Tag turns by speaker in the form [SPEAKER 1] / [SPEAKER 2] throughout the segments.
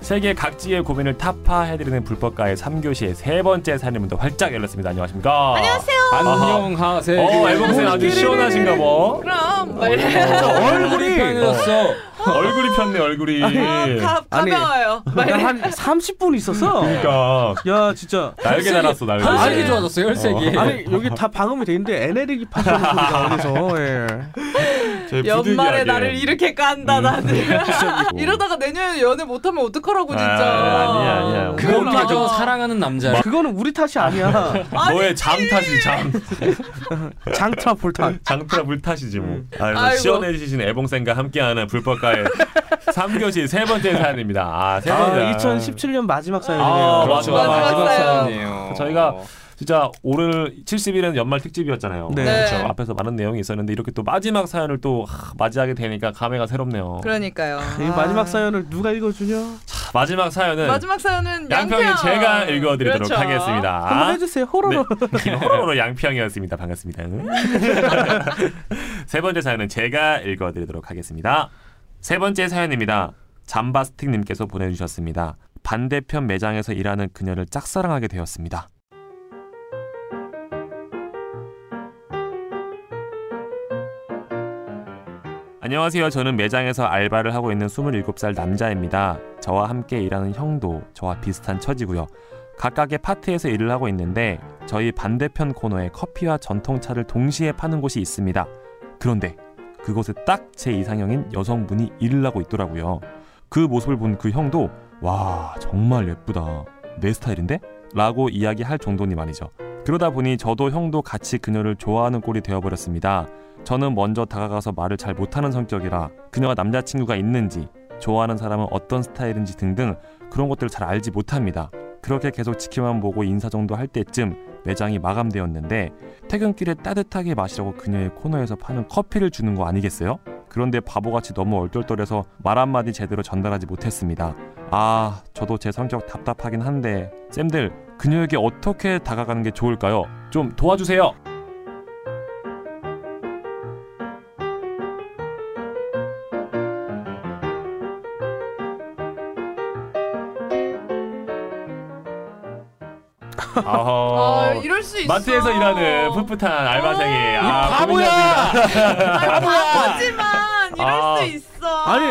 [SPEAKER 1] 세계 각지의 고민을 타파해드리는 불법가의 3교시의 세 번째 사연입니다. 활짝 열렸습니다. 안녕하십니까?
[SPEAKER 2] 안녕하세요.
[SPEAKER 3] 안녕하세요. 네.
[SPEAKER 1] 어, 앨범생 아주 시원하신가 봐.
[SPEAKER 2] 그럼 말
[SPEAKER 1] 얼굴이
[SPEAKER 3] 편해졌어.
[SPEAKER 1] 얼굴이 폈네, 얼굴이.
[SPEAKER 2] 아, 가,
[SPEAKER 3] 아니.
[SPEAKER 2] 가벼워요. 말
[SPEAKER 4] 한 30분 있었어.
[SPEAKER 1] 그러니까
[SPEAKER 4] 야 진짜.
[SPEAKER 1] 날개 달았어, 날개. 네.
[SPEAKER 3] 혈색이 좋아졌어요. 혈색이.
[SPEAKER 4] 아니 여기 다 방음이 돼 있는데 에네르기 파손 소리가 어디서 예.
[SPEAKER 1] 제
[SPEAKER 2] 연말에
[SPEAKER 1] 부득이하게.
[SPEAKER 2] 나를 이렇게 깐다
[SPEAKER 1] 음.
[SPEAKER 2] 나는.
[SPEAKER 1] 진짜 뭐.
[SPEAKER 2] 이러다가 내년에 연애 못하면 어떡하라고
[SPEAKER 1] 아,
[SPEAKER 2] 진짜.
[SPEAKER 1] 아니야, 아니야.
[SPEAKER 3] 그것마저 사랑하는 남자.
[SPEAKER 4] 그거는 우리 탓이 아니야.
[SPEAKER 1] 너의 잠 탓이지, 잠.
[SPEAKER 4] 장타 볼탓.
[SPEAKER 1] 장프라 물 탓이지, 뭐.
[SPEAKER 2] 음. 아이고.
[SPEAKER 1] 아유, 시원해지신 애봉생과 함께하는 불법가의 3교시 세 번째 사연입니다. 아, 세
[SPEAKER 4] 아,
[SPEAKER 1] 번째.
[SPEAKER 4] 2017년 마지막
[SPEAKER 1] 아,
[SPEAKER 4] 사연이네요.
[SPEAKER 3] 그렇죠.
[SPEAKER 1] 맞아. 어.
[SPEAKER 2] 마지막
[SPEAKER 3] 사연이에요.
[SPEAKER 1] 저희가 진짜 오늘 71은 연말 특집이었잖아요.
[SPEAKER 4] 네.
[SPEAKER 2] 네.
[SPEAKER 1] 그렇죠. 앞에서 많은 내용이 있었는데 이렇게 또 마지막 사연을 또 하, 맞이하게 되니까 감회가 새롭네요.
[SPEAKER 2] 그러니까요.
[SPEAKER 4] 이 마지막 사연을 누가 읽어주냐?
[SPEAKER 1] 자, 마지막 사연은
[SPEAKER 2] 아, 마지막 사연은
[SPEAKER 1] 양평이
[SPEAKER 2] 양평.
[SPEAKER 1] 제가 읽어드리도록
[SPEAKER 2] 그렇죠.
[SPEAKER 4] 한번
[SPEAKER 1] 하겠습니다.
[SPEAKER 4] 해주세요. 호로로.
[SPEAKER 1] 네. 김호로 양평이었습니다. 반갑습니다. 세 번째 사연은 제가 읽어드리도록 하겠습니다. 세 번째 사연입니다. 잠바스틱님께서 보내주셨습니다. 반대편 매장에서 일하는 그녀를 짝사랑하게 되었습니다. 안녕하세요. 저는 매장에서 알바를 하고 있는 27살 남자입니다. 저와 함께 일하는 형도 저와 비슷한 처지고요. 각각의 파트에서 일을 하고 있는데 저희 반대편 코너에 커피와 전통차를 동시에 파는 곳이 있습니다. 그런데 그곳에 딱 제 이상형인 여성분이 일을 하고 있더라고요. 그 모습을 본 그 형도 와 정말 예쁘다 내 스타일인데? 라고 이야기할 정도니 말이죠. 그러다 보니 저도 형도 같이 그녀를 좋아하는 꼴이 되어버렸습니다. 저는 먼저 다가가서 말을 잘 못하는 성격이라 그녀가 남자친구가 있는지 좋아하는 사람은 어떤 스타일인지 등등 그런 것들을 잘 알지 못합니다. 그렇게 계속 지켜만 보고 인사 정도 할 때쯤 매장이 마감되었는데 퇴근길에 따뜻하게 마시라고 그녀의 코너에서 파는 커피를 주는 거 아니겠어요? 그런데 바보같이 너무 얼떨떨해서 말 한마디 제대로 전달하지 못했습니다. 아, 저도 제 성격 답답하긴 한데 쌤들 그녀에게 어떻게 다가가는 게 좋을까요? 좀 도와주세요.
[SPEAKER 2] 아, 이럴 수 있어.
[SPEAKER 1] 마트에서 일하는 풋풋한 알바생이
[SPEAKER 3] 음.
[SPEAKER 1] 아,
[SPEAKER 3] 이 바보야!
[SPEAKER 1] 고민됩니다.
[SPEAKER 2] 아, 바보지만 이럴
[SPEAKER 1] 아.
[SPEAKER 2] 수 있어.
[SPEAKER 4] 아니,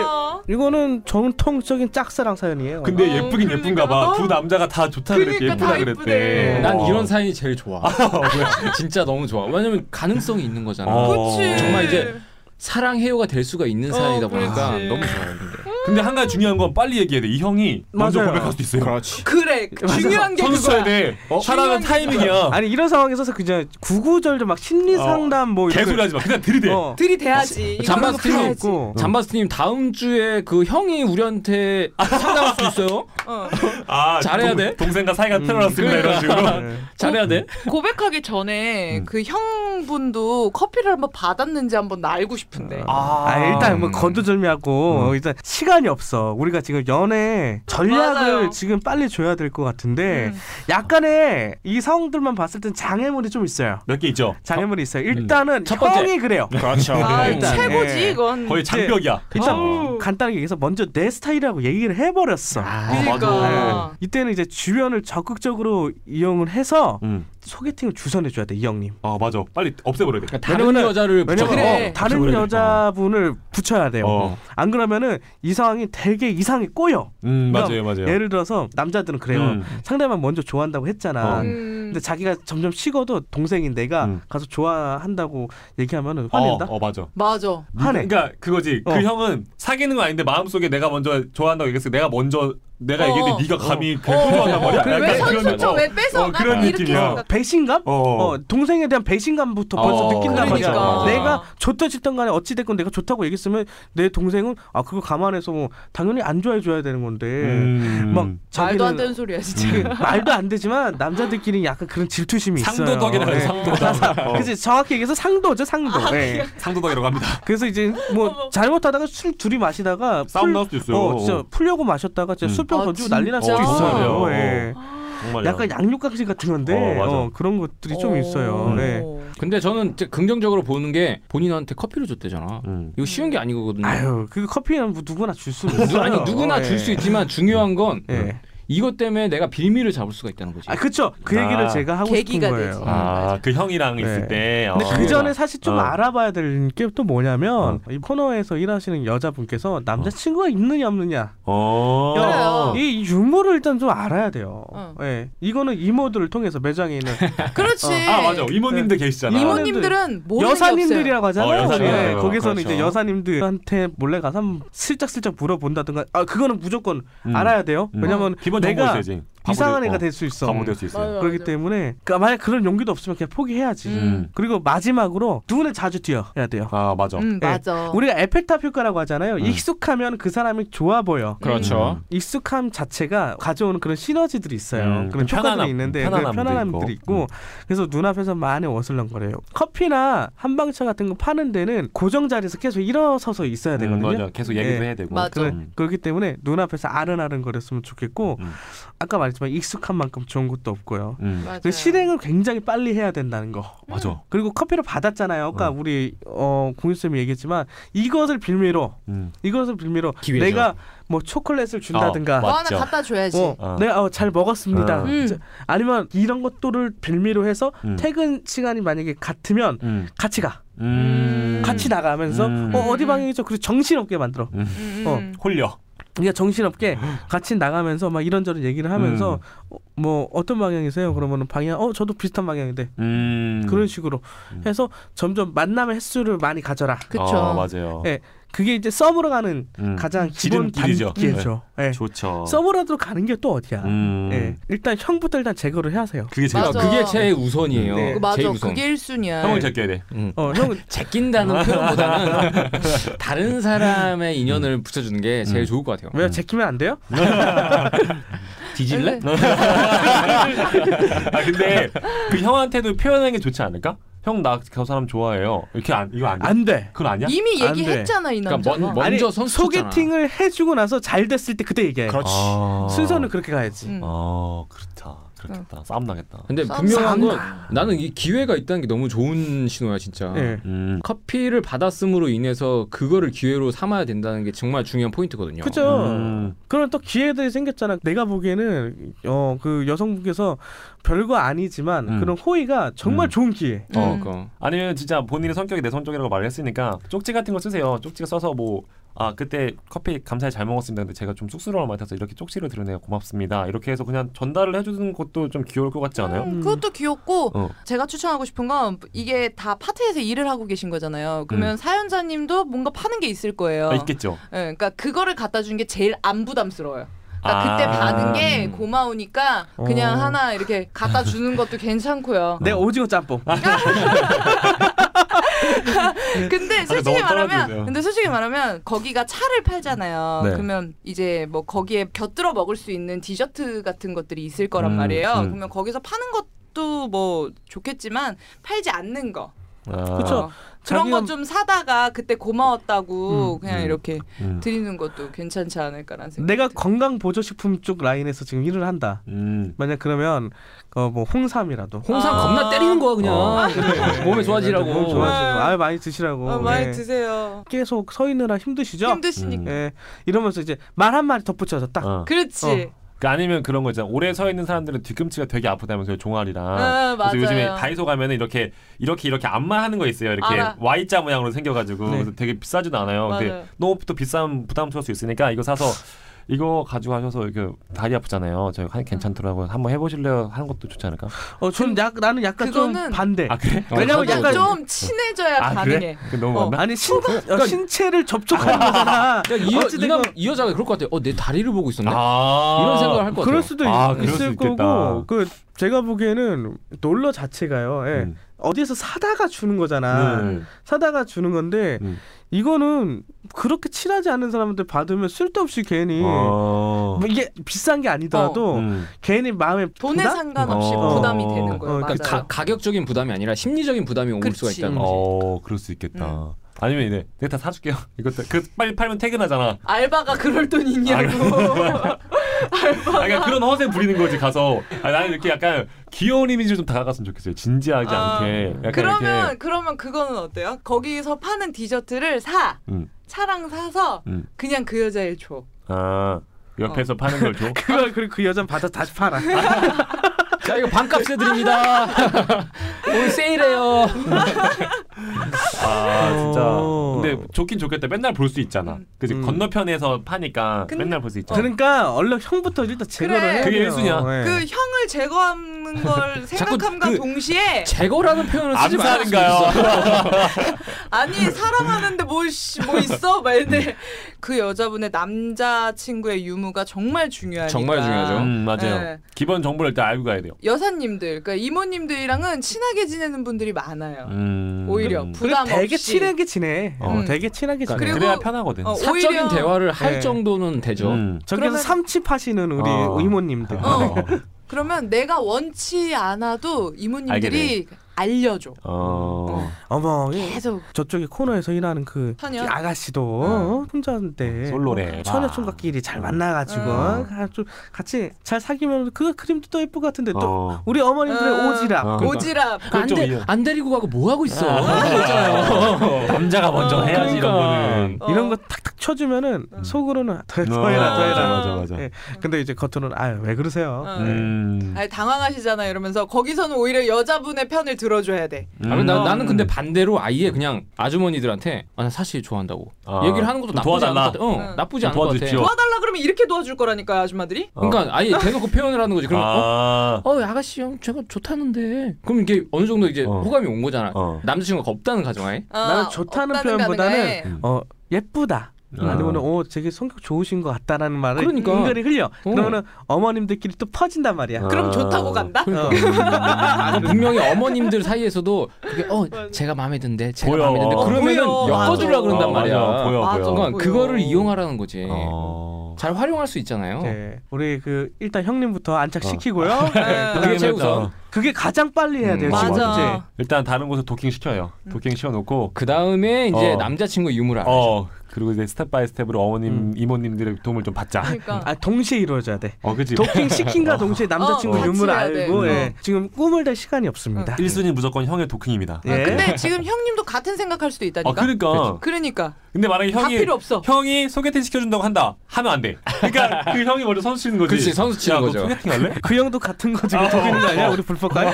[SPEAKER 4] 이거는 정통적인 짝사랑 사연이에요.
[SPEAKER 1] 근데
[SPEAKER 2] 어,
[SPEAKER 1] 예쁘긴
[SPEAKER 2] 그러니까.
[SPEAKER 1] 예쁜가 봐.
[SPEAKER 2] 너무-
[SPEAKER 1] 두 남자가 다 좋다 그랬대.
[SPEAKER 2] 그러니까 다
[SPEAKER 1] 예쁘다 그랬대.
[SPEAKER 2] 예쁘대.
[SPEAKER 3] 난
[SPEAKER 1] 어.
[SPEAKER 3] 이런 사연이 제일 좋아. 진짜 너무 좋아. 왜냐면 가능성이 있는 거잖아.
[SPEAKER 1] 어.
[SPEAKER 2] 그치.
[SPEAKER 3] 정말 이제 사랑 해요가 될 수가 있는
[SPEAKER 2] 어,
[SPEAKER 3] 사연이다 보니까
[SPEAKER 2] 그렇지.
[SPEAKER 3] 너무 좋아요. 근데.
[SPEAKER 1] 근데 한 가지 중요한 건 빨리 얘기해야 돼. 이 형이 먼저
[SPEAKER 4] 맞아요.
[SPEAKER 1] 고백할 수도 있어요.
[SPEAKER 3] 그렇지.
[SPEAKER 2] 그래 그러니까 중요한 게
[SPEAKER 1] 선수 쳐야
[SPEAKER 2] 그거야.
[SPEAKER 1] 돼.
[SPEAKER 3] 어?
[SPEAKER 1] 사랑은 타이밍이야.
[SPEAKER 4] 아니 이런 상황에서 그냥 구구절절 막 심리 상담 뭐 이런
[SPEAKER 1] 어, 개소리 하지 마. 그냥 들이대.
[SPEAKER 4] 어.
[SPEAKER 2] 들이대야지.
[SPEAKER 3] 잠
[SPEAKER 2] 이거는
[SPEAKER 3] 바스님
[SPEAKER 2] 들이대야지.
[SPEAKER 4] 있고.
[SPEAKER 3] 잠바스님 다음 주에 그 형이 우리한테 상담할 수 있어요?
[SPEAKER 2] 어.
[SPEAKER 1] 아,
[SPEAKER 3] 잘해야
[SPEAKER 1] 동,
[SPEAKER 3] 돼?
[SPEAKER 1] 동생과 사이가 틀어졌습니다. 이런 식으로.
[SPEAKER 4] 네.
[SPEAKER 3] 잘해야 돼.
[SPEAKER 2] 고백하기 전에
[SPEAKER 1] 음.
[SPEAKER 2] 그 형분도 커피를 한번 받았는지 한번 나 알고 싶은데.
[SPEAKER 4] 아, 일단
[SPEAKER 3] 음.
[SPEAKER 4] 뭐 건두절미하고 일단 시간이 없어. 우리가 지금 연애 전략을
[SPEAKER 2] 맞아요.
[SPEAKER 4] 지금 빨리 줘야 될 것 같은데
[SPEAKER 2] 음.
[SPEAKER 4] 약간의 이 상황들만 봤을 땐 장애물이 좀 있어요.
[SPEAKER 1] 몇 개 있죠? 네.
[SPEAKER 4] 장애물이 있어요. 일단은
[SPEAKER 3] 음. 첫 번째.
[SPEAKER 4] 형이 그래요.
[SPEAKER 3] 그렇죠.
[SPEAKER 2] 아,
[SPEAKER 4] 일단,
[SPEAKER 2] 최고지
[SPEAKER 4] 예.
[SPEAKER 2] 이건.
[SPEAKER 1] 거의 장벽이야.
[SPEAKER 4] 일단 뭐
[SPEAKER 2] 아우.
[SPEAKER 4] 그 간단하게 얘기해서 먼저 내 스타일이라고 얘기를 해버렸어.
[SPEAKER 3] 아.
[SPEAKER 2] 그러니까.
[SPEAKER 4] 네. 이때는 이제 주변을 적극적으로 이용을 해서
[SPEAKER 1] 음.
[SPEAKER 4] 소개팅을 주선해줘야 돼 이 형님.
[SPEAKER 1] 아, 맞아. 빨리 없애버려야 돼.
[SPEAKER 3] 그러니까 다른
[SPEAKER 4] 왜냐면은-
[SPEAKER 3] 여자를
[SPEAKER 4] 왜냐면
[SPEAKER 3] 붙여서
[SPEAKER 2] 그래.
[SPEAKER 4] 어, 다른
[SPEAKER 1] 그래.
[SPEAKER 4] 여자분을 붙여야 돼요.
[SPEAKER 1] 어.
[SPEAKER 4] 안 그러면은 이 상황이 되게 이상이 꼬여.
[SPEAKER 1] 음, 맞아요,
[SPEAKER 4] 그럼
[SPEAKER 1] 맞아요.
[SPEAKER 4] 예를 들어서 남자들은 그래요.
[SPEAKER 1] 음.
[SPEAKER 4] 상대방 먼저 좋아한다고 했잖아.
[SPEAKER 1] 어.
[SPEAKER 2] 음.
[SPEAKER 4] 예. 근데 자기가 점점 식어도 동생인 내가
[SPEAKER 1] 음.
[SPEAKER 4] 가서 좋아한다고 얘기하면은
[SPEAKER 1] 어,
[SPEAKER 4] 화낸다.
[SPEAKER 1] 어, 맞아.
[SPEAKER 2] 맞아.
[SPEAKER 4] 화내.
[SPEAKER 1] 그러니까 그거지.
[SPEAKER 4] 어.
[SPEAKER 1] 그 형은 사귀는 건 아닌데 마음속에 내가 먼저 좋아한다고 얘기했어. 내가 먼저 내가
[SPEAKER 2] 어.
[SPEAKER 1] 얘기했는데 네가 감히 그냥 표정한단 말이야.
[SPEAKER 2] 그래, 왜
[SPEAKER 1] 약간 그런
[SPEAKER 2] 선수처
[SPEAKER 1] 느낌.
[SPEAKER 2] 왜 뺏어?
[SPEAKER 1] 어, 그런
[SPEAKER 2] 나 이렇게
[SPEAKER 1] 느낌이야.
[SPEAKER 2] 생각.
[SPEAKER 4] 배신감?
[SPEAKER 1] 어.
[SPEAKER 4] 어. 동생에 대한 배신감부터
[SPEAKER 1] 어,
[SPEAKER 4] 벌써 느낀단 말이야.
[SPEAKER 1] 그러니까. 맞아.
[SPEAKER 4] 내가 좋든 싫든 간에 어찌됐건 내가 좋다고 얘기했으면 내 동생은 아 그거 감안해서 뭐 당연히 안 좋아해 줘야 되는 건데
[SPEAKER 1] 음.
[SPEAKER 4] 네. 막
[SPEAKER 2] 말도 안
[SPEAKER 4] 자기는
[SPEAKER 2] 되는 소리야 진짜.
[SPEAKER 4] 말도 안 되지만 남자들끼리 약간 그런 질투심이 있어요. 네.
[SPEAKER 1] 상도덕이라고 해요. 상도덕. 어.
[SPEAKER 4] 그치 정확히 얘기해서 상도죠 상도.
[SPEAKER 2] 아,
[SPEAKER 4] 네.
[SPEAKER 1] 상도덕이라고 합니다.
[SPEAKER 4] 그래서 이제 뭐 잘못하다가 술 둘이 마시다가
[SPEAKER 1] 싸움
[SPEAKER 4] 풀-
[SPEAKER 1] 나올 수도 있어요.
[SPEAKER 4] 어, 진짜 풀려고 마셨다가 진짜
[SPEAKER 1] 음.
[SPEAKER 4] 술병
[SPEAKER 2] 아,
[SPEAKER 4] 던지고
[SPEAKER 2] 진짜?
[SPEAKER 4] 난리 날 수도
[SPEAKER 2] 어,
[SPEAKER 4] 있어요.
[SPEAKER 1] 맞아요.
[SPEAKER 4] 예.
[SPEAKER 1] 정말요.
[SPEAKER 4] 약간 양육학식 같은 건데
[SPEAKER 1] 어, 맞아. 음.
[SPEAKER 4] 어, 그런 것들이 좀
[SPEAKER 2] 어.
[SPEAKER 4] 있어요. 네.
[SPEAKER 3] 근데 저는 진짜 긍정적으로 보는 게 본인한테 커피를 줬대잖아.
[SPEAKER 1] 음.
[SPEAKER 3] 이거 쉬운 게 아니거든요.
[SPEAKER 4] 아유, 그 커피는 뭐 누구나 줄 수
[SPEAKER 3] 누,
[SPEAKER 4] 있어요.
[SPEAKER 3] 아니 누구나 줄 수 있지만 중요한 건
[SPEAKER 4] 예.
[SPEAKER 1] 음.
[SPEAKER 3] 이것 때문에 내가 빌미를 잡을 수가 있다는 거지.
[SPEAKER 4] 아, 그쵸. 그 얘기를
[SPEAKER 1] 아,
[SPEAKER 4] 제가 하고 싶은
[SPEAKER 2] 계기가
[SPEAKER 4] 거예요.
[SPEAKER 2] 되지.
[SPEAKER 1] 아,
[SPEAKER 2] 맞아.
[SPEAKER 1] 그 형이랑 있을
[SPEAKER 4] 음. 네.
[SPEAKER 1] 때.
[SPEAKER 4] 근데
[SPEAKER 1] 어.
[SPEAKER 4] 그 전에 사실 좀
[SPEAKER 1] 어.
[SPEAKER 4] 알아봐야 될 게 또
[SPEAKER 1] 어.
[SPEAKER 4] 뭐냐면 이 코너에서 일하시는 여자분께서 남자친구가 있느냐 없느냐
[SPEAKER 1] 어.
[SPEAKER 2] 그래요.
[SPEAKER 4] 이 유머를 일단 좀 알아야 돼요.
[SPEAKER 2] 어.
[SPEAKER 4] 예, 이거는 이모들을 통해서 매장에 있는
[SPEAKER 2] 그렇지.
[SPEAKER 1] 아, 맞아. 이모님들 계시잖아.
[SPEAKER 4] 네. 이모-
[SPEAKER 2] 이모님들은 모르는 게 없어요.
[SPEAKER 4] 여사님들이라고 하잖아요.
[SPEAKER 1] 어, 여사님.
[SPEAKER 4] 예,
[SPEAKER 1] 어,
[SPEAKER 4] 거기서는
[SPEAKER 3] 그렇죠.
[SPEAKER 4] 이제 여사님들한테 몰래 가서 한번 슬쩍슬쩍 물어본다든가. 아 그거는 무조건
[SPEAKER 1] 음.
[SPEAKER 4] 알아야 돼요.
[SPEAKER 1] 음.
[SPEAKER 4] 왜냐면
[SPEAKER 1] 기본 정보
[SPEAKER 4] 내가
[SPEAKER 1] 있어야지.
[SPEAKER 4] 이상한
[SPEAKER 1] 바보
[SPEAKER 4] 애가
[SPEAKER 1] 될-
[SPEAKER 4] 될 수
[SPEAKER 1] 어,
[SPEAKER 4] 있어.
[SPEAKER 1] 바보 될 수 있어요.
[SPEAKER 2] 맞아요.
[SPEAKER 4] 그렇기
[SPEAKER 2] 맞아요.
[SPEAKER 4] 때문에 그러니까 만약 그런 용기도 없으면 그냥 포기해야지.
[SPEAKER 1] 음.
[SPEAKER 4] 그리고 마지막으로 누구는 자주 뛰어야 돼요.
[SPEAKER 1] 아, 맞아.
[SPEAKER 2] 음,
[SPEAKER 4] 예.
[SPEAKER 2] 맞아.
[SPEAKER 4] 우리가 에펠탑 효과라고 하잖아요.
[SPEAKER 1] 음.
[SPEAKER 4] 익숙하면 그 사람이 좋아 보여.
[SPEAKER 3] 그렇죠.
[SPEAKER 4] 음. 익숙함 자체가 가져오는 그런 시너지들이 있어요.
[SPEAKER 1] 음, 그
[SPEAKER 4] 그런
[SPEAKER 1] 편안함,
[SPEAKER 4] 효과들이 있는데
[SPEAKER 1] 편안함도
[SPEAKER 4] 그런
[SPEAKER 1] 있고.
[SPEAKER 4] 편안함들이
[SPEAKER 1] 음.
[SPEAKER 4] 있고, 그래서 눈앞에서 많이 어슬렁거려요. 커피나 한방차 같은 거 파는 데는 고정 자리에서 계속 일어서서 있어야
[SPEAKER 1] 음,
[SPEAKER 4] 되거든요.
[SPEAKER 1] 맞아. 계속 얘기도
[SPEAKER 4] 예.
[SPEAKER 1] 해야 되고.
[SPEAKER 2] 맞아.
[SPEAKER 4] 그래,
[SPEAKER 1] 음.
[SPEAKER 4] 그렇기 때문에 눈앞에서 아른아른 거렸으면 좋겠고
[SPEAKER 1] 음.
[SPEAKER 4] 아까 말했지만 익숙한 만큼 좋은 것도 없고요.
[SPEAKER 1] 음.
[SPEAKER 2] 맞아요.
[SPEAKER 4] 그 실행을 굉장히 빨리 해야 된다는 거.
[SPEAKER 1] 맞아.
[SPEAKER 4] 그리고 커피를 받았잖아요. 아까
[SPEAKER 1] 음.
[SPEAKER 4] 우리 어, 공유쌤이 얘기했지만 이것을 빌미로
[SPEAKER 1] 음.
[SPEAKER 4] 이것을 빌미로
[SPEAKER 3] 기회죠.
[SPEAKER 4] 내가 뭐 초콜릿을 준다든가
[SPEAKER 2] 뭐 하나
[SPEAKER 1] 맞죠.
[SPEAKER 2] 갖다 줘야지.
[SPEAKER 4] 어,
[SPEAKER 1] 어.
[SPEAKER 4] 내가 어, 잘 먹었습니다.
[SPEAKER 1] 어.
[SPEAKER 2] 음.
[SPEAKER 4] 자, 아니면 이런 것들을 빌미로 해서
[SPEAKER 1] 음.
[SPEAKER 4] 퇴근 시간이 만약에 같으면
[SPEAKER 1] 음.
[SPEAKER 4] 같이 가,
[SPEAKER 1] 음.
[SPEAKER 4] 같이 나가면서
[SPEAKER 1] 음.
[SPEAKER 4] 어, 어디 방향이죠? 그리고 정신없게 만들어.
[SPEAKER 2] 음,
[SPEAKER 4] 어.
[SPEAKER 2] 음.
[SPEAKER 1] 홀려.
[SPEAKER 4] 그러니까 정신없게 같이 나가면서 막 이런저런 얘기를 하면서
[SPEAKER 1] 음.
[SPEAKER 4] 어, 뭐 어떤 방향이세요? 그러면은 방향 어 저도 비슷한 방향인데
[SPEAKER 1] 음.
[SPEAKER 4] 그런 식으로
[SPEAKER 1] 음.
[SPEAKER 4] 해서 점점 만남의 횟수를 많이 가져라.
[SPEAKER 2] 그쵸.
[SPEAKER 1] 어, 맞아요.
[SPEAKER 4] 예, 그게 이제 썸으로 가는
[SPEAKER 1] 음.
[SPEAKER 4] 가장 기본
[SPEAKER 1] 지름길이죠. 네.
[SPEAKER 4] 단계죠. 예.
[SPEAKER 1] 좋죠.
[SPEAKER 4] 썸으로 도 가는 게 또 어디야?
[SPEAKER 1] 음.
[SPEAKER 4] 예. 일단 형부터 일단 제거를 해야 세요.
[SPEAKER 1] 그게 제일 네.
[SPEAKER 3] 그러니까
[SPEAKER 2] 맞아.
[SPEAKER 3] 그게 제 우선이에요.
[SPEAKER 4] 네.
[SPEAKER 2] 그 맞아.
[SPEAKER 3] 제 우선.
[SPEAKER 2] 그게 1순위야.
[SPEAKER 1] 형을 제껴야 돼.
[SPEAKER 3] 음.
[SPEAKER 4] 어, 형 음.
[SPEAKER 3] 제낀다는 표현보다는 다른 사람의 인연을 붙여주는 게 제일
[SPEAKER 1] 음.
[SPEAKER 3] 좋을 것 같아요.
[SPEAKER 4] 왜요? 제끼면 안 돼요?
[SPEAKER 2] 네,
[SPEAKER 3] 뒤질래?
[SPEAKER 1] 아 근데 그 형한테도 표현하는 게 좋지 않을까? 형 나 그 사람 좋아해요. 이렇게 안 이거 안 돼?
[SPEAKER 4] 안 돼.
[SPEAKER 1] 그건 아니야?
[SPEAKER 2] 이미
[SPEAKER 4] 안
[SPEAKER 2] 얘기했잖아 이
[SPEAKER 3] 그러니까
[SPEAKER 2] 남자가.
[SPEAKER 3] 먼, 먼저 선수
[SPEAKER 4] 소개팅을 해주고 나서 잘 됐을 때 그때 얘기해.
[SPEAKER 3] 그렇지.
[SPEAKER 1] 아.
[SPEAKER 4] 순서는 그렇게 가야지.
[SPEAKER 2] 음.
[SPEAKER 1] 아 그렇다. 그렇겠다. 싸움 나겠다.
[SPEAKER 3] 근데
[SPEAKER 2] 싸움-
[SPEAKER 3] 분명한 건
[SPEAKER 4] 싸움
[SPEAKER 3] 나는 이 기회가 있다는 게 너무 좋은 신호야 진짜.
[SPEAKER 4] 예.
[SPEAKER 1] 음.
[SPEAKER 3] 커피를 받았음으로 인해서 그거를 기회로 삼아야 된다는 게 정말 중요한 포인트거든요.
[SPEAKER 4] 그죠.
[SPEAKER 1] 음.
[SPEAKER 4] 그럼 또 기회들이 생겼잖아. 내가 보기에는 어 그 여성분께서 별거 아니지만
[SPEAKER 1] 음.
[SPEAKER 4] 그런 호의가 정말
[SPEAKER 1] 음.
[SPEAKER 4] 좋은 기회.
[SPEAKER 2] 음.
[SPEAKER 3] 어, 그거.
[SPEAKER 1] 아니면 진짜 본인의 성격이 내 성격이라고 말을 했으니까 쪽지 같은 거 쓰세요. 쪽지 써서 뭐. 아 그때 커피 감사히 잘 먹었습니다. 근데 제가 좀 쑥스러움을 맡아서 이렇게 쪽지로 드러내요. 고맙습니다. 이렇게 해서 그냥 전달을 해주는 것도 좀 귀여울 것 같지 않아요?
[SPEAKER 2] 음, 그것도 귀엽고
[SPEAKER 1] 어.
[SPEAKER 2] 제가 추천하고 싶은 건 이게 다 파트에서 일을 하고 계신 거잖아요. 그러면 사연자님도 뭔가 파는 게 있을 거예요.
[SPEAKER 1] 아, 있겠죠.
[SPEAKER 2] 예, 그러니까 그거를 갖다 준 게 제일 안 부담스러워요. 그러니까 그때
[SPEAKER 1] 아.
[SPEAKER 2] 받은 게 고마우니까 그냥
[SPEAKER 4] 어.
[SPEAKER 2] 하나 이렇게 갖다 주는 것도 괜찮고요.
[SPEAKER 4] 내 오징어 짬뽕.
[SPEAKER 2] 근데
[SPEAKER 1] 아, 너무
[SPEAKER 2] 솔직히
[SPEAKER 1] 떨어지네요.
[SPEAKER 2] 말하면 근데 솔직히 말하면 거기가 차를 팔잖아요.
[SPEAKER 1] 네.
[SPEAKER 2] 그러면 이제 뭐 거기에 곁들여 먹을 수 있는 디저트 같은 것들이 있을 거란
[SPEAKER 1] 음,
[SPEAKER 2] 말이에요.
[SPEAKER 1] 음.
[SPEAKER 2] 그러면 거기서 파는 것도 뭐 좋겠지만 팔지 않는 거
[SPEAKER 1] 아.
[SPEAKER 4] 그쵸.
[SPEAKER 2] 어, 그런
[SPEAKER 4] 자기가-
[SPEAKER 2] 거 좀 사다가 그때 고마웠다고
[SPEAKER 4] 음,
[SPEAKER 2] 그냥
[SPEAKER 1] 음.
[SPEAKER 2] 이렇게
[SPEAKER 1] 음.
[SPEAKER 2] 드리는 것도 괜찮지 않을까라는 생각.
[SPEAKER 4] 내가 건강 보조식품 쪽 라인에서 지금 일을 한다.
[SPEAKER 1] 음.
[SPEAKER 4] 만약 그러면 어 뭐 홍삼이라도.
[SPEAKER 3] 홍삼
[SPEAKER 2] 아.
[SPEAKER 3] 겁나 때리는 거야 그냥.
[SPEAKER 1] 어.
[SPEAKER 4] 그래.
[SPEAKER 3] 몸에 좋아지라고.
[SPEAKER 4] 몸 좋아지고.
[SPEAKER 2] 네.
[SPEAKER 4] 아유 많이 드시라고.
[SPEAKER 2] 어, 많이
[SPEAKER 4] 예.
[SPEAKER 2] 드세요.
[SPEAKER 4] 계속 서 있느라 힘드시죠?
[SPEAKER 2] 힘드시니까.
[SPEAKER 1] 음.
[SPEAKER 4] 예. 이러면서 이제 말 한 마디 덧붙여서 딱
[SPEAKER 1] 어.
[SPEAKER 2] 그렇지.
[SPEAKER 4] 어.
[SPEAKER 1] 그 아니면 그런 거 있잖아. 오래 서 있는 사람들은 뒤꿈치가 되게 아프다면서요. 종아리랑.
[SPEAKER 2] 네,
[SPEAKER 1] 그래서
[SPEAKER 2] 맞아요.
[SPEAKER 1] 요즘에 다이소 가면은 이렇게 이렇게 이렇게 안마하는 거 있어요. 이렇게
[SPEAKER 2] 알아.
[SPEAKER 1] Y자 모양으로 생겨가지고
[SPEAKER 4] 네.
[SPEAKER 1] 그래서 되게 비싸지도 않아요. 근데
[SPEAKER 2] 맞아요.
[SPEAKER 1] 너무 또 비싸면 부담스러울 수 있으니까 이거 사서 이거 가지고 가셔서 이렇게 다리 아프잖아요. 저희 한- 괜찮더라고요. 한번 해보실래요? 하는 것도 좋지 않을까?
[SPEAKER 4] 어, 저는 약, 나는 약간 좀
[SPEAKER 2] 그 그거는-
[SPEAKER 4] 반대.
[SPEAKER 1] 아 그래?
[SPEAKER 3] 어,
[SPEAKER 4] 왜냐면
[SPEAKER 3] 저도
[SPEAKER 4] 약간-
[SPEAKER 2] 좀 친해져야
[SPEAKER 1] 아
[SPEAKER 2] 가능해.
[SPEAKER 1] 그래? 그 너무
[SPEAKER 2] 어.
[SPEAKER 1] 많나?
[SPEAKER 4] 아니 신,
[SPEAKER 1] 그러니까
[SPEAKER 4] 어, 신체를 접촉하는 거잖아.
[SPEAKER 3] 야, 이, 여, 이,
[SPEAKER 4] 어찌됐건
[SPEAKER 3] 남, 이 여자가 그럴 것 같아. 어, 내 다리를 보고 있었네.
[SPEAKER 1] 아
[SPEAKER 3] 이런 생각을 할 것 같아.
[SPEAKER 4] 그럴 수도
[SPEAKER 1] 아,
[SPEAKER 4] 있,
[SPEAKER 1] 그럴 수
[SPEAKER 4] 을
[SPEAKER 1] 있겠다.
[SPEAKER 4] 거고 그 제가 보기에는 놀러 자체가요. 예.
[SPEAKER 1] 음.
[SPEAKER 4] 어디에서 사다가 주는 거잖아.
[SPEAKER 1] 음.
[SPEAKER 4] 사다가 주는 건데
[SPEAKER 1] 음.
[SPEAKER 4] 이거는 그렇게 친하지 않은 사람한테 받으면 쓸데없이 괜히
[SPEAKER 1] 어.
[SPEAKER 3] 음.
[SPEAKER 4] 뭐 이게 비싼 게 아니더라도
[SPEAKER 1] 음.
[SPEAKER 4] 괜히 마음에
[SPEAKER 2] 돈에
[SPEAKER 4] 부담?
[SPEAKER 2] 상관없이
[SPEAKER 1] 어.
[SPEAKER 2] 부담이 되는 거예요.
[SPEAKER 4] 어, 그
[SPEAKER 2] 맞아요.
[SPEAKER 3] 가, 가격적인 부담이 아니라 심리적인 부담이 올 수가
[SPEAKER 2] 그치.
[SPEAKER 3] 있다는 거지.
[SPEAKER 1] 어 그럴 수 있겠다.
[SPEAKER 2] 음.
[SPEAKER 1] 아니면 이제 내가 다 사줄게요. 이것도 그 빨리 팔면 퇴근하잖아.
[SPEAKER 2] 알바가 그럴 돈 있냐고.
[SPEAKER 1] 아, 그러니까 그런 허세 부리는 거지 가서 아, 나는 이렇게 약간 귀여운 이미지로 좀 다가갔으면 좋겠어요. 진지하지
[SPEAKER 2] 아,
[SPEAKER 1] 않게. 약간
[SPEAKER 2] 그러면
[SPEAKER 1] 이렇게.
[SPEAKER 2] 그러면 그거는 어때요? 거기서 파는 디저트를 사
[SPEAKER 1] 음.
[SPEAKER 2] 차랑 사서
[SPEAKER 1] 음.
[SPEAKER 2] 그냥 그 여자를 줘.
[SPEAKER 1] 아
[SPEAKER 2] 어.
[SPEAKER 1] 옆에서 파는 걸 줘.
[SPEAKER 4] 그걸 그리고 그 여자 받아 다시 팔아.
[SPEAKER 3] 자 이거 반값에 드립니다. 오늘 세일해요.
[SPEAKER 1] 아 진짜.
[SPEAKER 4] 어.
[SPEAKER 1] 근데 좋긴 좋겠다. 맨날 볼 수 있잖아.
[SPEAKER 2] 음.
[SPEAKER 1] 그지
[SPEAKER 4] 음.
[SPEAKER 1] 건너편에서 파니까
[SPEAKER 2] 근-
[SPEAKER 1] 맨날 볼 수 있잖아.
[SPEAKER 4] 그러니까 얼른 형부터 일단 제거를
[SPEAKER 2] 그래.
[SPEAKER 4] 해야
[SPEAKER 1] 그게
[SPEAKER 4] 돼요.
[SPEAKER 1] 일순위야.
[SPEAKER 4] 예.
[SPEAKER 2] 그 형을 제거하는 걸
[SPEAKER 3] 자꾸
[SPEAKER 2] 생각함과
[SPEAKER 3] 그-
[SPEAKER 2] 동시에
[SPEAKER 3] 재고라는 표현을 쓰지 말아요.
[SPEAKER 1] 암살인가요?
[SPEAKER 2] 아니 사랑하는데 뭐, 씨, 뭐 있어? 막
[SPEAKER 1] 음.
[SPEAKER 2] 이랬는데 그 여자분의 남자친구의 유무가 정말 중요하니까
[SPEAKER 3] 정말 중요하죠.
[SPEAKER 1] 음 맞아요.
[SPEAKER 2] 네.
[SPEAKER 1] 기본 정보를 일단 알고 가야 돼요.
[SPEAKER 2] 여사님들 그러니까 이모님들이랑은 친하게 지내는 분들이 많아요
[SPEAKER 1] 음.
[SPEAKER 2] 오히려
[SPEAKER 1] 음. 그러니까
[SPEAKER 2] 부담
[SPEAKER 4] 그리고 되게
[SPEAKER 2] 없이
[SPEAKER 4] 친하게 지내. 어,
[SPEAKER 2] 음.
[SPEAKER 4] 되게 친하게 지내.
[SPEAKER 2] 그리고-
[SPEAKER 1] 그래야 편하거든.
[SPEAKER 2] 어,
[SPEAKER 3] 사적인
[SPEAKER 2] 오히려-
[SPEAKER 3] 대화를 할
[SPEAKER 4] 네.
[SPEAKER 3] 정도는 되죠.
[SPEAKER 1] 음.
[SPEAKER 4] 저기서
[SPEAKER 2] 그러면-
[SPEAKER 4] 삼치 파시는 우리
[SPEAKER 1] 어.
[SPEAKER 4] 이모님들.
[SPEAKER 2] 어. 그러면 내가 원치 않아도 이모님들이 알려줘
[SPEAKER 1] 어.
[SPEAKER 4] 어머, 이-
[SPEAKER 2] 계속
[SPEAKER 4] 저쪽에 코너에서 일하는 그
[SPEAKER 2] 선녀?
[SPEAKER 4] 아가씨도
[SPEAKER 1] 어.
[SPEAKER 4] 혼자인데
[SPEAKER 1] 솔로래.
[SPEAKER 4] 처녀 총각끼리 잘 만나가지고
[SPEAKER 2] 음.
[SPEAKER 4] 아, 좀 같이 잘 사귀면 그 그림도 또 예쁠 것 같은데 또
[SPEAKER 1] 어.
[SPEAKER 4] 우리 어머님들의
[SPEAKER 2] 어.
[SPEAKER 4] 오지랖.
[SPEAKER 1] 어.
[SPEAKER 2] 오지랖
[SPEAKER 1] 그건
[SPEAKER 3] 안,
[SPEAKER 1] 좀
[SPEAKER 3] 데,
[SPEAKER 1] 이해-
[SPEAKER 3] 안 데리고 가고 뭐 하고 있어? 그런 거 있잖아요.
[SPEAKER 1] 남자가 먼저
[SPEAKER 2] 어,
[SPEAKER 1] 해야지
[SPEAKER 3] 그러니까.
[SPEAKER 1] 이런 거는.
[SPEAKER 2] 어.
[SPEAKER 4] 이런 거 탁탁 쳐주면은
[SPEAKER 2] 음.
[SPEAKER 4] 속으로는 아, 더,
[SPEAKER 1] 어.
[SPEAKER 4] 더 해라 더 해라.
[SPEAKER 1] 맞아 맞아.
[SPEAKER 4] 예. 근데 이제 겉으로는 아 왜 그러세요?
[SPEAKER 2] 어.
[SPEAKER 1] 음.
[SPEAKER 2] 아니 당황하시잖아 이러면서 거기서는 오히려 여자분의 편을 들어줘야 돼
[SPEAKER 3] 아, 나,
[SPEAKER 1] 음.
[SPEAKER 3] 나는 근데 반대로 아예 그냥 아주머니들한테 아, 나 사실 좋아한다고
[SPEAKER 1] 아.
[SPEAKER 3] 얘기를 하는 것도 나쁘지
[SPEAKER 1] 도와달라.
[SPEAKER 3] 않을 것 같아. 어,
[SPEAKER 2] 응.
[SPEAKER 3] 나쁘지 않을 것 같아.
[SPEAKER 1] 도와주십시오. 어.
[SPEAKER 2] 도와달라 그러면 이렇게 도와줄 거라니까요 아줌마들이
[SPEAKER 3] 그러니까 아예 대놓고 표현을 하는 거지. 그럼 어?
[SPEAKER 1] 아.
[SPEAKER 3] 어 아가씨 형 제가 좋다는데 그럼 이게 어느 정도 이제
[SPEAKER 1] 어.
[SPEAKER 3] 호감이 온 거잖아.
[SPEAKER 1] 어.
[SPEAKER 3] 남자친구가 없다는 가정하에
[SPEAKER 2] 어,
[SPEAKER 4] 나는 좋다는
[SPEAKER 2] 없다는
[SPEAKER 4] 표현보다는
[SPEAKER 2] 가능해.
[SPEAKER 1] 음.
[SPEAKER 4] 어 예쁘다.
[SPEAKER 1] 어.
[SPEAKER 4] 아니면 오 되게 성격 좋으신 것 같다라는 말을
[SPEAKER 3] 그러니까.
[SPEAKER 4] 은근히 흘려.
[SPEAKER 3] 어.
[SPEAKER 4] 그러면은 어머님들끼리 또 퍼진단 말이야.
[SPEAKER 1] 어.
[SPEAKER 2] 아, 그럼 좋다고 간다?
[SPEAKER 4] 어.
[SPEAKER 3] 아, 분명히 어머님들 사이에서도 그게 어
[SPEAKER 2] 맞아.
[SPEAKER 3] 제가 마음에 든대 제가
[SPEAKER 1] 보여.
[SPEAKER 3] 마음에 든대
[SPEAKER 1] 어,
[SPEAKER 3] 그러면은
[SPEAKER 2] 보여.
[SPEAKER 3] 엮어주려
[SPEAKER 2] 맞아.
[SPEAKER 3] 그런단
[SPEAKER 1] 어,
[SPEAKER 3] 말이야.
[SPEAKER 1] 맞아. 보여
[SPEAKER 2] 맞아.
[SPEAKER 1] 보여.
[SPEAKER 3] 그러니까 그거를
[SPEAKER 2] 보여.
[SPEAKER 3] 이용하라는 거지.
[SPEAKER 1] 어.
[SPEAKER 3] 잘 활용할 수 있잖아요.
[SPEAKER 4] 네, 우리 그 일단 형님부터 안착시키고요. 예. 뭐,
[SPEAKER 2] 네.
[SPEAKER 3] 그게 제일 우선.
[SPEAKER 1] 어.
[SPEAKER 4] 그게 가장 빨리 해야 돼요.
[SPEAKER 3] 음,
[SPEAKER 4] 지금
[SPEAKER 2] 맞아.
[SPEAKER 4] 이제.
[SPEAKER 1] 일단 다른 곳에 도킹 시켜요.
[SPEAKER 4] 음.
[SPEAKER 1] 도킹 시켜놓고
[SPEAKER 3] 그 다음에 이제
[SPEAKER 1] 어.
[SPEAKER 3] 남자친구 유무를 알아.
[SPEAKER 1] 어 그리고 이제 스텝 바이 스텝으로 어머님 이모님들의 도움을 좀 받자.
[SPEAKER 2] 그러니까
[SPEAKER 4] 음. 아 동시에 이루어져야 돼.
[SPEAKER 1] 어 그지.
[SPEAKER 4] 도킹 시킨과 동시에 남자친구
[SPEAKER 2] 어, 같이
[SPEAKER 4] 유무를
[SPEAKER 2] 해야 돼. 어.
[SPEAKER 4] 알고 예.
[SPEAKER 1] 음.
[SPEAKER 4] 지금 꿈을 댈 시간이 없습니다.
[SPEAKER 1] 1순위 무조건 형의 도킹입니다.
[SPEAKER 4] 예.
[SPEAKER 2] 아, 근데 지금 형님도 같은 생각할 수도 있다니까.
[SPEAKER 1] 아 그러니까.
[SPEAKER 2] 그러니까
[SPEAKER 1] 근데 만약에
[SPEAKER 2] 다
[SPEAKER 1] 형이
[SPEAKER 2] 필요 없어.
[SPEAKER 1] 형이 소개팅 시켜준다고 한다 하면 안 돼. 그러니까 그 형이 먼저 선수 치는 거지.
[SPEAKER 3] 그렇지 선수 치는
[SPEAKER 1] 야, 너
[SPEAKER 3] 거죠.
[SPEAKER 1] 소개팅 할래?
[SPEAKER 4] 그 형도 같은 거
[SPEAKER 2] 어.
[SPEAKER 4] 지금 도킹인 거 아니야? 우리 불법가요?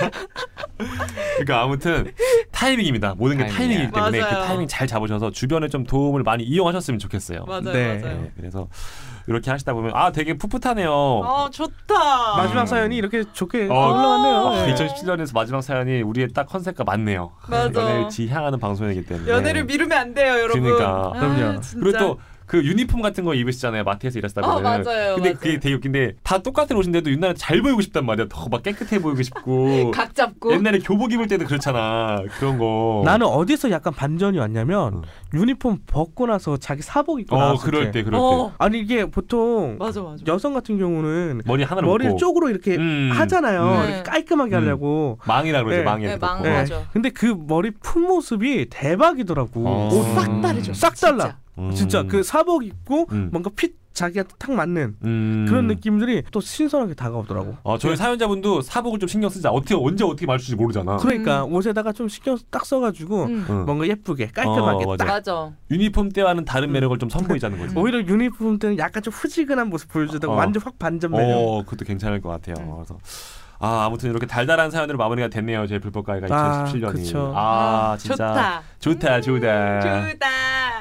[SPEAKER 1] 그러니까 아무튼 타이밍입니다. 모든 게 타이밍이기
[SPEAKER 3] 타이밍이야.
[SPEAKER 1] 때문에
[SPEAKER 2] 맞아요.
[SPEAKER 1] 그 타이밍 잘 잡으셔서 주변에 좀 도움을 많이 이용하셨으면 좋겠어요.
[SPEAKER 2] 맞아요,
[SPEAKER 4] 네.
[SPEAKER 2] 맞아요.
[SPEAKER 1] 네, 그래서 이렇게 하시다 보면 아 되게 풋풋하네요. 어,
[SPEAKER 2] 아 좋다.
[SPEAKER 4] 마지막
[SPEAKER 1] 음.
[SPEAKER 4] 사연이 이렇게 좋게
[SPEAKER 2] 어.
[SPEAKER 4] 올라왔네요. 예.
[SPEAKER 1] 2017년에서 아, 마지막 사연이 우리의 딱 컨셉과 맞네요.
[SPEAKER 2] 맞아.
[SPEAKER 1] 연애를 지향하는 방송이기 때문에.
[SPEAKER 2] 연애를 미루면 안 돼요, 여러분.
[SPEAKER 1] 그러니까.
[SPEAKER 2] 아,
[SPEAKER 4] 그럼요.
[SPEAKER 2] 진짜.
[SPEAKER 1] 그리고 또 그 유니폼 같은 거 입으시잖아요 마트에서 일하시다
[SPEAKER 2] 어,
[SPEAKER 1] 보면.
[SPEAKER 2] 맞아요,
[SPEAKER 1] 근데
[SPEAKER 2] 맞아요.
[SPEAKER 1] 그게 되게 웃긴데 다 똑같은 옷인데도 윤나는 잘 보이고 싶단 말이야. 더 막 깨끗해 보이고 싶고.
[SPEAKER 2] 각 잡고.
[SPEAKER 1] 옛날에 교복 입을 때도 그렇잖아. 그런 거.
[SPEAKER 4] 나는 어디서 약간 반전이 왔냐면
[SPEAKER 1] 음.
[SPEAKER 4] 유니폼 벗고 나서 자기 사복 입고
[SPEAKER 1] 어
[SPEAKER 4] 나왔을
[SPEAKER 1] 그럴 때 그럴 때
[SPEAKER 2] 어
[SPEAKER 4] 아니 이게 보통
[SPEAKER 2] 맞아 맞아.
[SPEAKER 4] 여성 같은 경우는
[SPEAKER 1] 머리 하나를
[SPEAKER 4] 머리를
[SPEAKER 1] 묶고.
[SPEAKER 4] 쪽으로 이렇게
[SPEAKER 1] 음.
[SPEAKER 4] 하잖아요.
[SPEAKER 2] 음.
[SPEAKER 4] 이렇게 깔끔하게
[SPEAKER 1] 음.
[SPEAKER 4] 하려고.
[SPEAKER 1] 망이라 그러죠
[SPEAKER 4] 네.
[SPEAKER 1] 망이
[SPEAKER 2] 네,
[SPEAKER 1] 이렇게
[SPEAKER 2] 망
[SPEAKER 1] 덮고.
[SPEAKER 4] 네.
[SPEAKER 2] 맞아.
[SPEAKER 4] 근데 그 머리 품 모습이 대박이더라고.
[SPEAKER 1] 어.
[SPEAKER 4] 옷
[SPEAKER 2] 싹
[SPEAKER 3] 음.
[SPEAKER 2] 다르죠.
[SPEAKER 4] 싹 달라.
[SPEAKER 2] 진짜.
[SPEAKER 1] 음.
[SPEAKER 4] 진짜 그 사복 입고
[SPEAKER 1] 음.
[SPEAKER 4] 뭔가 핏 자기한테 딱 맞는
[SPEAKER 1] 음.
[SPEAKER 4] 그런 느낌들이 네. 또 신선하게 다가오더라고.
[SPEAKER 1] 어, 저희 사연자분도 사복을 좀 신경 쓰자. 어떻게 언제 어떻게 맞출지 모르잖아.
[SPEAKER 4] 그러니까 옷에다가 좀 신경 딱 써가지고
[SPEAKER 2] 음.
[SPEAKER 1] 응.
[SPEAKER 4] 뭔가 예쁘게 깔끔하게
[SPEAKER 1] 어, 맞아.
[SPEAKER 4] 딱.
[SPEAKER 2] 맞아.
[SPEAKER 1] 유니폼 때와는
[SPEAKER 4] 음.
[SPEAKER 1] 다른 매력을 좀 선보이자는 거지.
[SPEAKER 4] 오히려 유니폼 때는 약간 좀 후지근한 모습 보여주다가
[SPEAKER 1] 음. 어.
[SPEAKER 4] 완전 확 반전 매력.
[SPEAKER 1] 어, 그것도 괜찮을 것 같아요.
[SPEAKER 2] 음.
[SPEAKER 1] 그래서 아 아무튼 이렇게 달달한 사연으로 마무리가 됐네요. 제 불법가해가
[SPEAKER 4] 아,
[SPEAKER 1] 2017년이.
[SPEAKER 4] 그쵸.
[SPEAKER 1] 아, 진짜 네.
[SPEAKER 2] 좋다. 음,
[SPEAKER 1] 좋다 좋다.
[SPEAKER 2] 좋다.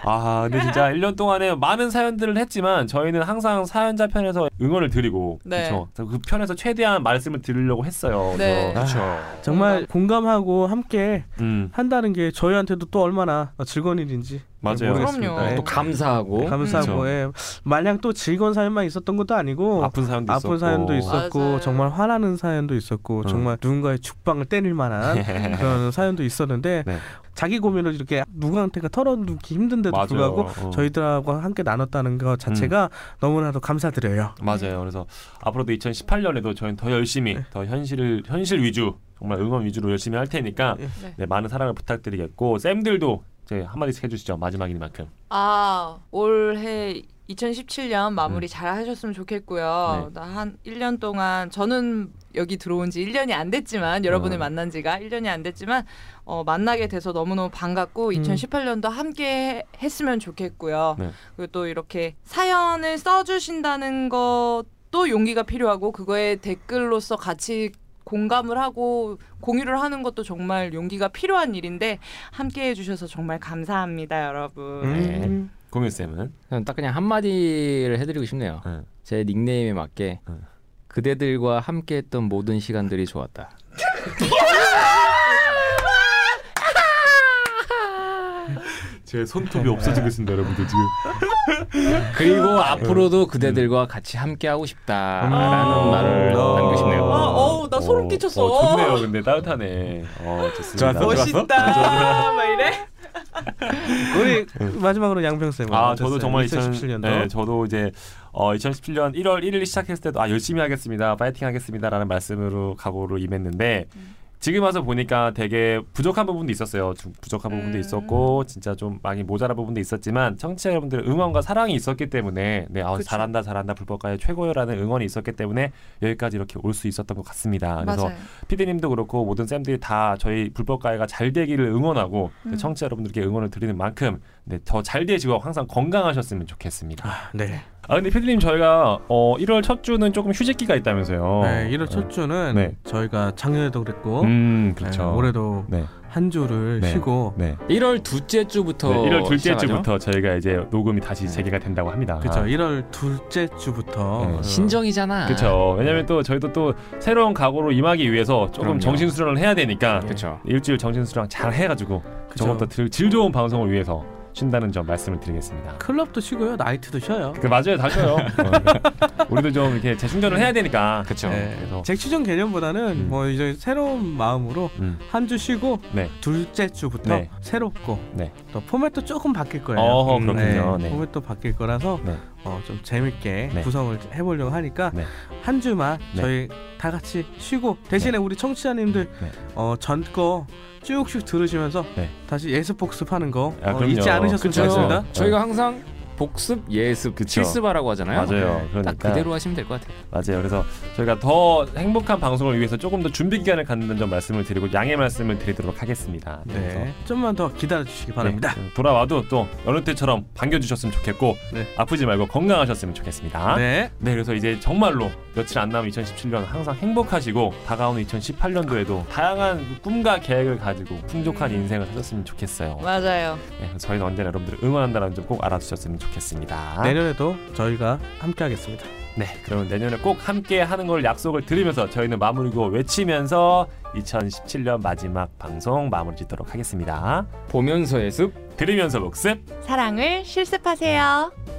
[SPEAKER 1] 아 근데 진짜 1년 동안에 많은 사연들을 했지만 저희는 항상 사연자 편에서 응원을 드리고
[SPEAKER 2] 네.
[SPEAKER 1] 그쵸? 그래서 그 편에서 최대한 말씀을 드리려고 했어요.
[SPEAKER 2] 네.
[SPEAKER 1] 그래서,
[SPEAKER 4] 아. 정말 공감하고 함께
[SPEAKER 1] 음
[SPEAKER 4] 한다는 게 저희한테도 또 얼마나 즐거운 일인지
[SPEAKER 1] 맞아요.
[SPEAKER 4] 모르겠습니다.
[SPEAKER 2] 그럼요. 그렇죠.
[SPEAKER 4] 예.
[SPEAKER 3] 또 감사하고
[SPEAKER 4] 감사하고
[SPEAKER 1] 그쵸.
[SPEAKER 4] 예. 마냥 또 즐거운 사연만 있었던 것도 아니고
[SPEAKER 1] 아픈 사연도 있었고
[SPEAKER 4] 아픈 사연도 있었고
[SPEAKER 2] 맞아요.
[SPEAKER 4] 정말 화나는 사연도 있었고
[SPEAKER 1] 음.
[SPEAKER 4] 정말 누군가의 죽방을 때릴 만한 그런 사연도 있었는데
[SPEAKER 1] 예. 네.
[SPEAKER 4] 자기 고민을 이렇게 누구한테가 털어놓기 힘든데도
[SPEAKER 1] 맞아요.
[SPEAKER 4] 불구하고
[SPEAKER 1] 어. 음.
[SPEAKER 4] 저희들하고 함께 나눴다는 것 자체가 너무나도 감사드려요.
[SPEAKER 1] 맞아요. 그래서 앞으로도 2018년에도 저희는 더 열심히
[SPEAKER 4] 네.
[SPEAKER 1] 더 현실을 현실 위주 정말 응원 위주로 열심히 할 테니까
[SPEAKER 2] 네.
[SPEAKER 1] 네, 많은 사랑을 부탁드리겠고 쌤들도 이제 한마디씩 해주시죠 마지막인 만큼.
[SPEAKER 2] 아 올해 2017년 마무리 잘 하셨으면 좋겠고요. 나 한 1년 동안 저는 여기 들어온 지 1년이 안 됐지만 여러분을
[SPEAKER 1] 음.
[SPEAKER 2] 만난 지가 1년이 안 됐지만 어, 만나게 돼서 너무너무 반갑고 2018년도 함께 했으면 좋겠고요.
[SPEAKER 1] 네.
[SPEAKER 2] 그리고 또 이렇게 사연을 써주신다는 것도 용기가 필요하고 그거에 댓글로서 같이 공감을 하고 공유를 하는 것도 정말 용기가 필요한 일인데 함께 해주셔서 정말 감사합니다, 여러분. 음.
[SPEAKER 1] 네. 공유 쌤은
[SPEAKER 3] 그냥 딱 그냥 한마디를 해드리고 싶네요.
[SPEAKER 1] 네.
[SPEAKER 3] 제 닉네임에 맞게
[SPEAKER 1] 음.
[SPEAKER 3] 그대들과 함께했던 모든 시간들이 좋았다.
[SPEAKER 1] 제 손톱이 없어지고 있습니다, 여러분들 지금. 음.
[SPEAKER 3] 그리고 앞으로도 그대들과 같이 함께하고 싶다라는
[SPEAKER 1] 음.
[SPEAKER 3] 말을
[SPEAKER 1] 어.
[SPEAKER 3] 남기고 싶네요.
[SPEAKER 2] 아, 어우, 나 소름
[SPEAKER 1] 어,
[SPEAKER 2] 끼쳤어.
[SPEAKER 1] 어, 좋네요, 근데 따뜻하네. 어, 좋습니다.
[SPEAKER 3] 좋았어, 좋았어?
[SPEAKER 1] 아,
[SPEAKER 2] 멋있다. 막 이래.
[SPEAKER 4] 우리 마지막으로 양병 쌤.
[SPEAKER 1] 음. 아, 저도 정말
[SPEAKER 4] 2017년도.
[SPEAKER 1] 네, 저도 이제 어, 2017년 1월 1일 시작했을 때도 아 열심히 하겠습니다, 파이팅 하겠습니다라는 말씀으로 각오로 임했는데
[SPEAKER 2] 음.
[SPEAKER 1] 지금 와서 보니까 되게 부족한 부분도 있었어요. 좀 부족한 부분도
[SPEAKER 2] 음.
[SPEAKER 1] 있었고 진짜 좀 많이 모자란 부분도 있었지만 청취자 여러분들의 응원과 사랑이 있었기 때문에 네, 아,
[SPEAKER 2] 그쵸.
[SPEAKER 1] 잘한다, 잘한다, 불법가의 최고요라는 응원이 있었기 때문에 여기까지 이렇게 올 수 있었던 것 같습니다. 그래서
[SPEAKER 2] 맞아요.
[SPEAKER 1] 피디님도 그렇고 모든 쌤들이 다 저희 불법가해가 잘 되기를 응원하고
[SPEAKER 2] 음.
[SPEAKER 1] 청취자 여러분들께 응원을 드리는 만큼 네, 더 잘 되시고 항상 건강하셨으면 좋겠습니다.
[SPEAKER 4] 아, 네.
[SPEAKER 1] 아 근데 피디님 저희가 어, 1월 첫 주는 조금 휴식기가 있다면서요.
[SPEAKER 4] 네, 1월 첫 주는
[SPEAKER 1] 어. 네.
[SPEAKER 4] 저희가 작년에도 그랬고
[SPEAKER 1] 음
[SPEAKER 4] 네,
[SPEAKER 1] 그렇죠.
[SPEAKER 4] 올해도
[SPEAKER 1] 네.
[SPEAKER 4] 한 주를
[SPEAKER 1] 네.
[SPEAKER 4] 쉬고
[SPEAKER 1] 네.
[SPEAKER 3] 1월 둘째 주부터
[SPEAKER 1] 네, 1월 둘째
[SPEAKER 3] 시작하죠?
[SPEAKER 1] 주부터 저희가 이제 녹음이 다시 재개가 된다고 합니다.
[SPEAKER 4] 네. 그렇죠. 1월 둘째 주부터
[SPEAKER 1] 아. 네.
[SPEAKER 4] 어,
[SPEAKER 3] 신정이잖아.
[SPEAKER 1] 그렇죠. 왜냐면 또 저희도 또 새로운 각오로 임하기 위해서 조금
[SPEAKER 3] 그럼요.
[SPEAKER 1] 정신 수련을 해야 되니까
[SPEAKER 3] 그렇죠.
[SPEAKER 1] 일주일 정신 수련 잘 해가지고
[SPEAKER 4] 네. 그쵸.
[SPEAKER 1] 조금 더질 좋은 방송을 위해서 쉰다는 점 말씀을 드리겠습니다.
[SPEAKER 4] 클럽도 쉬고요. 나이트도 쉬어요.
[SPEAKER 1] 그 맞아요 다 쉬어요 어. 우리도 좀 이렇게 재충전을 해야 되니까
[SPEAKER 3] 그렇죠.
[SPEAKER 4] 네.
[SPEAKER 1] 그래서
[SPEAKER 4] 잭치전 개념보다는
[SPEAKER 1] 음.
[SPEAKER 4] 뭐 이제 새로운 마음으로
[SPEAKER 1] 음.
[SPEAKER 4] 한 주 쉬고
[SPEAKER 1] 네.
[SPEAKER 4] 둘째 주부터
[SPEAKER 1] 네.
[SPEAKER 4] 새롭고
[SPEAKER 1] 네.
[SPEAKER 4] 또 포맷도 조금 바뀔 거예요.
[SPEAKER 1] 어허 그렇군요
[SPEAKER 4] 네,
[SPEAKER 1] 네.
[SPEAKER 4] 포맷도 바뀔 거라서
[SPEAKER 1] 네.
[SPEAKER 4] 어, 좀 재밌게
[SPEAKER 1] 네.
[SPEAKER 4] 구성을 해보려고 하니까
[SPEAKER 1] 네.
[SPEAKER 4] 한 주만
[SPEAKER 1] 네.
[SPEAKER 4] 저희 다 같이 쉬고 대신에 우리 청취자님들
[SPEAKER 1] 네.
[SPEAKER 4] 어, 전거 쭉쭉 들으시면서
[SPEAKER 1] 네.
[SPEAKER 4] 다시 예습 복습하는 거
[SPEAKER 1] 아,
[SPEAKER 4] 어,
[SPEAKER 1] 그럼요.
[SPEAKER 4] 잊지 않으셨으면
[SPEAKER 1] 그쵸.
[SPEAKER 4] 좋겠습니다.
[SPEAKER 1] 네.
[SPEAKER 3] 저희가 항상 복습, 예습,
[SPEAKER 1] 그쵸.
[SPEAKER 3] 실습하라고 하잖아요.
[SPEAKER 1] 맞아요 그러니까
[SPEAKER 3] 딱 그대로 하시면 될 것 같아요.
[SPEAKER 1] 맞아요 그래서 저희가 더 행복한 방송을 위해서 조금 더 준비 기간을 갖는 점 말씀을 드리고 양해 말씀을 드리도록 하겠습니다 그래서
[SPEAKER 4] 네. 좀만 더 기다려 주시기 바랍니다.
[SPEAKER 1] 네, 돌아와도 또 어느 때처럼 반겨주셨으면 좋겠고
[SPEAKER 4] 네.
[SPEAKER 1] 아프지 말고 건강하셨으면 좋겠습니다
[SPEAKER 4] 네.
[SPEAKER 1] 네, 그래서 이제 정말로 며칠 안 남은 2017년 항상 행복하시고 다가오는 2018년도에도 다양한 꿈과 계획을 가지고 풍족한 인생을 사셨으면 좋겠어요.
[SPEAKER 2] 맞아요.
[SPEAKER 1] 네, 저희는 언제나 여러분들을 응원한다는 점 꼭 알아주셨으면 좋겠습니다.
[SPEAKER 4] 내년에도 저희가 함께 하겠습니다.
[SPEAKER 1] 네, 그러면 내년에 꼭 함께 하는 걸 약속을 드리면서 저희는 마무리고 외치면서 2017년 마지막 방송 마무리 짓도록 하겠습니다.
[SPEAKER 3] 보면서 예습.
[SPEAKER 1] 들으면서 복습.
[SPEAKER 2] 사랑을 실습하세요.